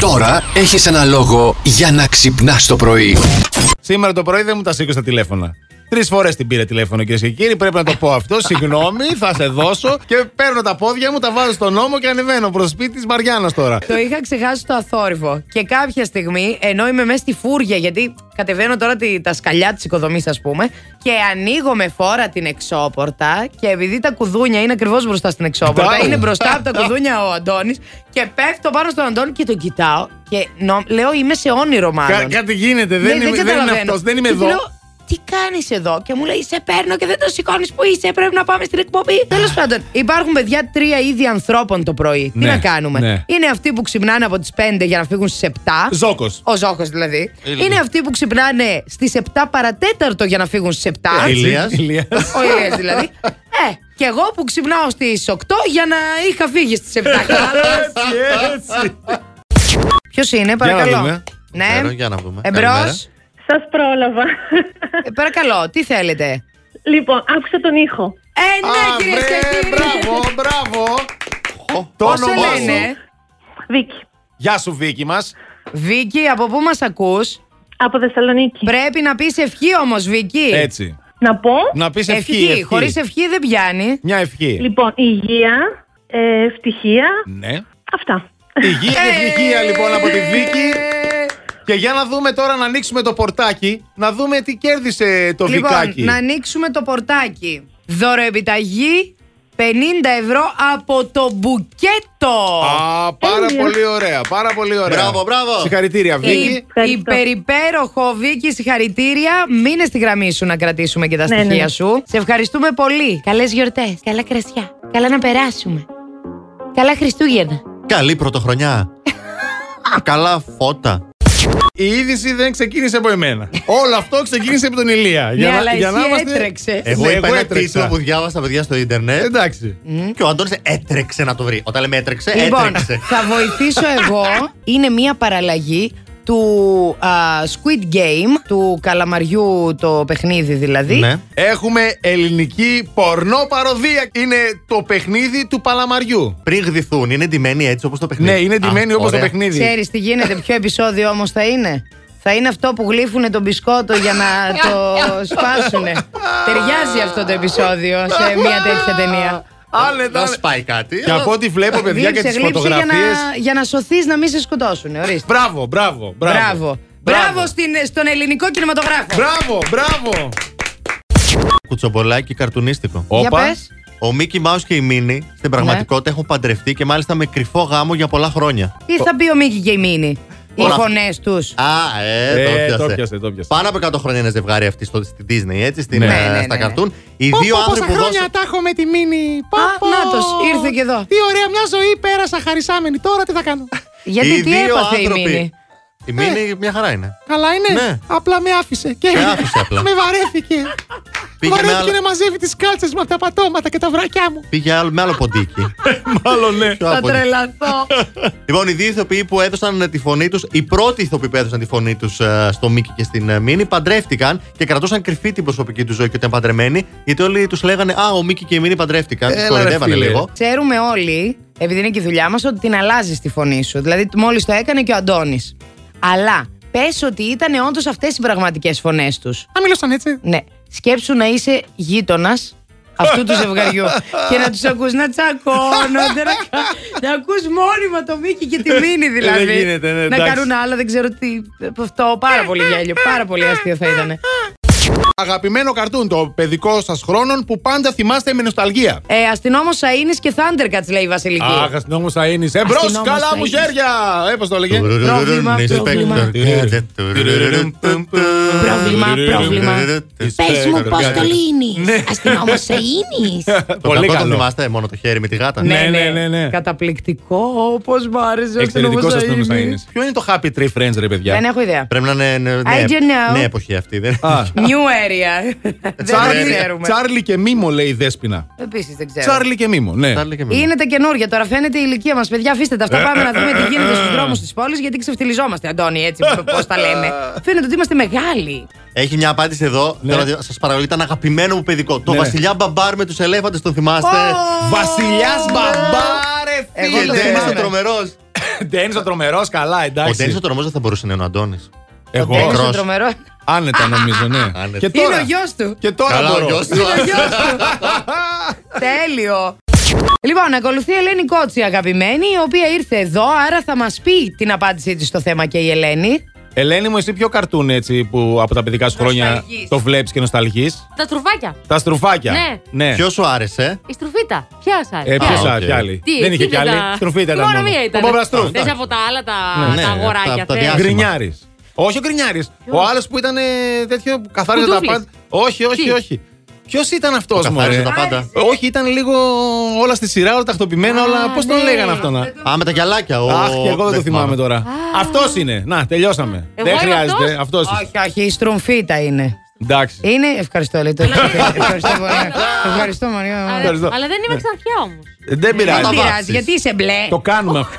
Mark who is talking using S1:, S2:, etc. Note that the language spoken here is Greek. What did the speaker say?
S1: Τώρα έχεις ένα λόγο για να ξυπνάς το πρωί.
S2: Σήμερα το πρωί δεν μου τα σήκωσε τα τηλέφωνα. Τρεις φορές την πήρε τηλέφωνο, κυρίες και κύριοι. Πρέπει να το πω αυτό. Συγγνώμη, θα σε δώσω. Και παίρνω τα πόδια μου, τα βάζω στον νόμο και ανεβαίνω προς σπίτι της Μαριάννας τώρα.
S3: Το είχα ξεχάσει το αθόρυβο. Και κάποια στιγμή, ενώ είμαι μέσα στη φούρια, γιατί κατεβαίνω τώρα τη, τα σκαλιά της οικοδομής, ας πούμε, και ανοίγω με φόρα την εξώπορτα. Και επειδή τα κουδούνια είναι ακριβώς μπροστά στην εξώπορτα,
S2: Ντάου.
S3: είναι μπροστά από τα κουδούνια ο Αντώνης. Και πέφτω πάνω στον Αντώνη και τον κοιτάω. Και νο- λέω, είμαι σε όνειρο μάλλον.
S2: Κα- κάτι γίνεται, δεν, είμαι,
S3: Ναι,
S2: δεν είναι
S3: καταλαβαίνω.
S2: αυτός, δεν είμαι
S3: Και του
S2: εδώ.
S3: λέω, τι κάνεις εδώ, και μου λέει: Σε παίρνω και δεν το σηκώνεις που είσαι. Πρέπει να πάμε στην εκπομπή. Τέλος πάντων, υπάρχουν παιδιά τρία είδη ανθρώπων το πρωί.
S2: Ναι,
S3: τι να κάνουμε.
S2: ναι.
S3: Είναι αυτοί που ξυπνάνε από τις 5 για να φύγουν στις 7.
S2: Ζόκο.
S3: Ο Ζόχο δηλαδή.
S2: Ηλία.
S3: Είναι αυτοί που ξυπνάνε στις 7 παρατέταρτο για να φύγουν στις 7.
S2: Ε, Ηλίας.
S3: Ο Ηλίας δηλαδή. Ε, και εγώ που ξυπνάω στις 8 για να είχα φύγει στις 7. Ποιος είναι, παρακαλώ.
S2: δούμε.
S3: Ναι,
S4: Ξέρω, για να δούμε. Καλημέρα.
S3: εμπρός.
S5: Σας πρόλαβα.
S3: Ε, παρακαλώ, τι θέλετε.
S5: λοιπόν, άκουσα τον ήχο.
S3: Ε, ναι,
S2: Α,
S3: κυρίε
S2: βρε,
S3: και κύριοι.
S2: μπράβο, μπράβο. Το
S3: Πώς σε
S2: όνομά
S3: λένε,
S2: σου.
S5: Βίκη.
S2: Γεια σου, Βίκη μας.
S3: Βίκυ, από πού μας ακούς.
S5: Από Θεσσαλονίκη.
S3: Πρέπει να πεις ευχή όμως, Βίκυ.
S2: Έτσι.
S5: Να πω.
S2: Να πεις ευχή. ευχή.
S3: Χωρίς ευχή δεν πιάνει.
S2: Μια ευχή.
S5: Λοιπόν, υγεία, ε, ευτυχία.
S2: Ναι.
S5: Αυτά.
S2: Υγεία και ευτυχία
S3: Ε,
S2: λοιπόν από τη Βίκη.
S3: ε,
S2: Και για να δούμε τώρα να ανοίξουμε το πορτάκι, να δούμε τι κέρδισε το
S3: Λοιπόν,
S2: Βικάκι.
S3: να ανοίξουμε το πορτάκι. Δωροεπιταγή 50 ευρώ από το μπουκέτο.
S2: Α, πάρα
S5: Τέλεια.
S2: πολύ ωραία, πάρα πολύ ωραία.
S4: Μπράβο, μπράβο.
S3: Ε,
S2: Συγχαρητήρια, Βίκη.
S3: Η,
S5: Ευχαριστώ.
S3: υπερυπέροχο Βίκη, συγχαρητήρια. Μείνε στη γραμμή σου να κρατήσουμε και τα
S5: Ναι, ναι.
S3: στοιχεία σου. Σε ευχαριστούμε πολύ. Καλές γιορτές, καλά κρασιά. Καλά να περάσουμε. Καλά Χριστούγεννα.
S4: Καλή πρωτοχρονιά. Καλά φώτα.
S2: Η είδηση δεν ξεκίνησε από εμένα. Όλο αυτό ξεκίνησε από τον Ηλία.
S3: Ναι, αλλά εσύ έτρεξες.
S4: Εγώ
S2: Ναι,
S4: είπα ένα
S2: έτρεξα.
S4: τίτλο που διάβασα παιδιά στο ίντερνετ
S2: Εντάξει.
S3: Ναι.
S4: και ο Αντώνης έτρεξε να το βρει. Όταν λέμε έτρεξε,
S5: Ε,
S3: Λοιπόν,
S4: έτρεξε.
S3: θα βοηθήσω εγώ. Είναι μία παραλλαγή του α, Squid Game, του καλαμαριού το παιχνίδι δηλαδή.
S4: Ναι.
S2: Έχουμε ελληνική πορνό παροδία. Είναι το παιχνίδι του Παλαμαριού.
S4: Πριν γδυθούν, είναι ντυμένοι έτσι όπως το παιχνίδι.
S2: Ναι, είναι
S4: Α,
S2: ντυμένη όπως το
S4: ωραία.
S2: παιχνίδι.
S3: Ξέρεις τι γίνεται, ποιο επεισόδιο όμως θα είναι. Θα είναι αυτό που γλύφουνε τον μπισκότο για να το σπάσουνε. Ταιριάζει αυτό το επεισόδιο σε μια τέτοια ταινία.
S2: Άνετα.
S4: Δεν
S2: άνετα.
S4: σπάει κάτι.
S2: Και από ό,τι βλέπω, παιδιά, και
S3: Γλύψε,
S2: τις
S3: γλύψε για να,
S2: φωτογραφίες.
S3: για να σωθείς να μην σε σκοτώσουνε, ορίστε.
S2: Μπράβο, μπράβο, μπράβο.
S3: Μπράβο. Μπράβο στην- στον ελληνικό κινηματογράφο.
S2: Μπράβο, μπράβο.
S4: Κουτσομπολάκι καρτουνίστικο.
S3: Για
S2: Όπα.
S3: πες.
S4: Ο Μίκι Μάους και η Μίνι
S2: Ναι.
S4: στην πραγματικότητα έχουν παντρευτεί και μάλιστα με κρυφό γάμο για πολλά χρόνια.
S3: Τι θα πει ο Μίκη και η Μίνη. Οι
S4: Όλα.
S3: φωνές τους.
S4: Α, ε,
S2: Ε, το
S4: το, πιάσε.
S2: πιάσε, το πιάσε.
S4: Πάνω από 100 χρόνια είναι ζευγάρι αυτή στο, στην Disney, έτσι, στην,
S2: Ναι.
S4: ε,
S3: Ναι, ναι,
S4: στα
S3: ναι, ναι.
S4: καρτούν. Οι δύο άνθρωποι που δώσαν.
S2: τα έχω με τη μήνυ.
S3: Α, νάτος, ήρθε και εδώ.
S2: Τι ωραία, μια ζωή πέρασα χαρισάμενη. Τώρα τι θα κάνω.
S3: Γιατί τι
S4: οι δύο
S3: έπαθε η
S4: άνθρωποι-
S3: Μίνη. Ε.
S4: Η Μίνι μια χαρά είναι.
S2: Καλά είναι.
S4: Ναι.
S2: Απλά με άφησε. Και
S4: Με άφησε απλά.
S2: με βαρέθηκε.
S4: Πήγε με, άλλο,
S2: μαζεύει τις κάλτσες με τα πατώματα και τα βρακιά μου.
S4: πήγε άλλο, με άλλο ποντίκι.
S2: Μάλλον ναι.
S4: Πιο
S3: Θα
S4: αποδί-
S3: τρελαθώ.
S4: Λοιπόν, οι δύο ηθοποιοί που έδωσαν ε, τη φωνή τους, οι πρώτοι ηθοποιοί που έδωσαν τη φωνή τους στο Μίκη και στην ε, Μίνι, παντρεύτηκαν και κρατούσαν κρυφή την προσωπική τους ζωή και ότι ήταν παντρεμένοι, γιατί όλοι τους λέγανε Α, ο Μίκη και η Μίνι παντρεύτηκαν. Του
S2: Έλα,
S4: κορυδεύανε
S2: ρε, φίλε.
S4: λίγο.
S3: Ξέρουμε όλοι, επειδή είναι και η δουλειά μας, ότι την αλλάζεις τη φωνή σου. Δηλαδή, μόλις το έκανε και ο Αντώνης. Αλλά πες ότι ήταν όντως αυτές οι πραγματικές φωνές τους.
S2: Α, μιλούσαν έτσι.
S3: Ναι. Σκέψου να είσαι γείτονας αυτού του ζευγαριού και να τους ακούς να τσακώνονται, να, να ακούς μόνιμα το Μίκη και τη Μίνη δηλαδή.
S2: Ε, Δεν γίνεται, ναι,
S3: να
S2: εντάξει.
S3: κάνουν άλλα, δεν ξέρω τι. Αυτό πάρα πολύ γέλιο, πάρα πολύ αστείο θα ήταν.
S2: Αγαπημένο καρτούν, το παιδικό σας χρόνων που πάντα θυμάστε με νοσταλγία.
S3: Ε, αστυνόμος Σαΐνης και Thundercats λέει η Βασιλική.
S2: Αχ, αστυνόμος Αίνη. Εμπρό,
S3: Αστυνόμος
S2: Ε, καλά μου
S3: Αΐνης.
S2: χέρια! Ε, πώς το λέγε.
S3: Πρόβλημα, πρόβλημα. Πρόβλημα, πρόβλημα. Πες μου πώς το
S2: Ναι.
S3: λύνεις, αστυνόμος Σαΐνης.
S2: Πολύ
S4: Πολύ καλό.
S2: καλό.
S4: θυμάστε μόνο το χέρι με τη γάτα.
S2: Ναι, ναι, ναι, ναι.
S3: Καταπληκτικό, όπως μ' άρεσε ο
S2: Εξαιρετικός αστυνόμος
S3: αστυνόμος
S2: Αίνη. Ποιο είναι το happy tree friends, ρε παιδιά.
S3: Δεν έχω ιδέα.
S4: Πρέπει να είναι. ναι,
S3: I don't know.
S4: Ναι, εποχή αυτή. δεν-
S2: Α.
S3: New area. δεν το
S2: Τσάρλι-
S3: ξέρουμε.
S2: Τσάρλι και Μίμο, λέει η Δέσπινα.
S3: Επίσης δεν ξέρω.
S2: Τσάρλι και Μίμο, ναι.
S4: Τα λέει και μένα.
S3: Είναι τα καινούργια τώρα. Φαίνεται η ηλικία μας, παιδιά. Αφήστε τα αυτά.
S2: Ε,
S3: Πάμε να δούμε τι γίνεται στου δρόμους της πόλης. Γιατί ξεφτυλιζόμαστε, Αντώνη, έτσι πώ τα λέμε. Φαίνεται ότι είμαστε μεγάλοι.
S4: Έχει μια απάντηση εδώ.
S2: Ναι.
S4: Θέλω να σας παρακαλώ. Ήταν αγαπημένο μου παιδικό. Το
S2: Ναι.
S4: Βασιλιά Μπαμπάρ με τους ελέφαντες, τον θυμάστε.
S3: Ω!
S2: Βασιλιάς Μπαμπάρε,
S3: Εγώ το
S4: Και
S2: φίλε.
S4: δεν
S3: θυμάμαι.
S4: είσαι τρομερό.
S2: Ντένι ο τρομερός, καλά,
S4: Ο
S2: εντάξει.
S4: Ντένις ο Τρομό δεν θα μπορούσε να είναι ο Αντώνης.
S2: Εγώ.
S3: Τέλος ο
S4: Μικρός.
S3: τρομερό.
S2: Άνετα νομίζω, ναι.
S4: Άνετα.
S2: Και
S3: Είναι
S2: τώρα.
S3: ο γιος του.
S2: Και τώρα
S4: Καλά, ο
S2: μπορώ.
S4: γιος του.
S3: Είναι ο γιος του. Τέλειο. Λοιπόν, ακολουθεί η Ελένη Κότση, αγαπημένη, η οποία ήρθε εδώ, άρα θα μας πει την απάντησή της στο θέμα και η Ελένη.
S2: Ελένη μου, εσύ ποιο καρτούν έτσι που από τα παιδικά σου χρόνια
S3: Νοσταλγείς.
S2: το βλέπεις και νοσταλγείς.
S6: Τα τρουφάκια.
S2: Τα στρουφάκια.
S6: Ναι.
S4: Ποιος σου άρεσε,
S6: Η στρουφίτα. Ποια σα.
S2: Ε,
S6: ποια.
S2: ποιος
S4: οκ.
S2: άλλη, ποια άλλη.
S6: Τι,
S2: δεν είχε
S6: τι
S2: κι άλλη.
S6: τα-
S2: Στρουφή ήταν.
S6: Μόνο
S2: μόνο.
S6: μία ήταν.
S2: Ο Παπαστρούφ.
S6: Θες από τα άλλα τα,
S4: Ναι,
S6: τα
S4: ναι,
S6: αγοράκια.
S4: τα- τα
S6: θες.
S4: διάσημα.
S2: Γκρινιάρης. Όχι ο Γκρινιάρης. Ο άλλος που ήταν ε, τέτοιο που καθάριζε τα
S6: Κουτούφλης.
S2: πάντα. Όχι, όχι,
S6: Τι?
S2: όχι. Ποιος ήταν αυτός,
S4: καθάριζε τα πάντα.
S2: Όχι, ήταν λίγο όλα στη σειρά, όλα τακτοποιημένα, όλα. Πώς τον
S6: ναι.
S2: λέγανε αυτό να.
S4: Α, με τα γυαλάκια. ο-
S2: Αχ, και εγώ δεν το θυμάμαι τώρα. Αυτός είναι. Να, τελειώσαμε. Δεν
S6: Εγώ είμαι
S2: χρειάζεται.
S6: αυτός?
S2: Αυτός
S3: Όχι, όχι, η στρουμφίτα είναι.
S2: Εντάξει.
S3: Είναι. Ευχαριστώ, λέει. το Ευχαριστώ πολύ. Ευχαριστώ, Μαρία.
S6: Αλλά,
S2: Ευχαριστώ.
S6: Ε,
S2: Ναι.
S6: αλλά δεν είμαι ξανθιά όμω.
S4: Ε,
S6: Ε,
S2: Δεν
S3: Δεν
S2: πειράζει.
S3: πειράζει, γιατί είσαι μπλε.
S2: Το κάνουμε αυτό.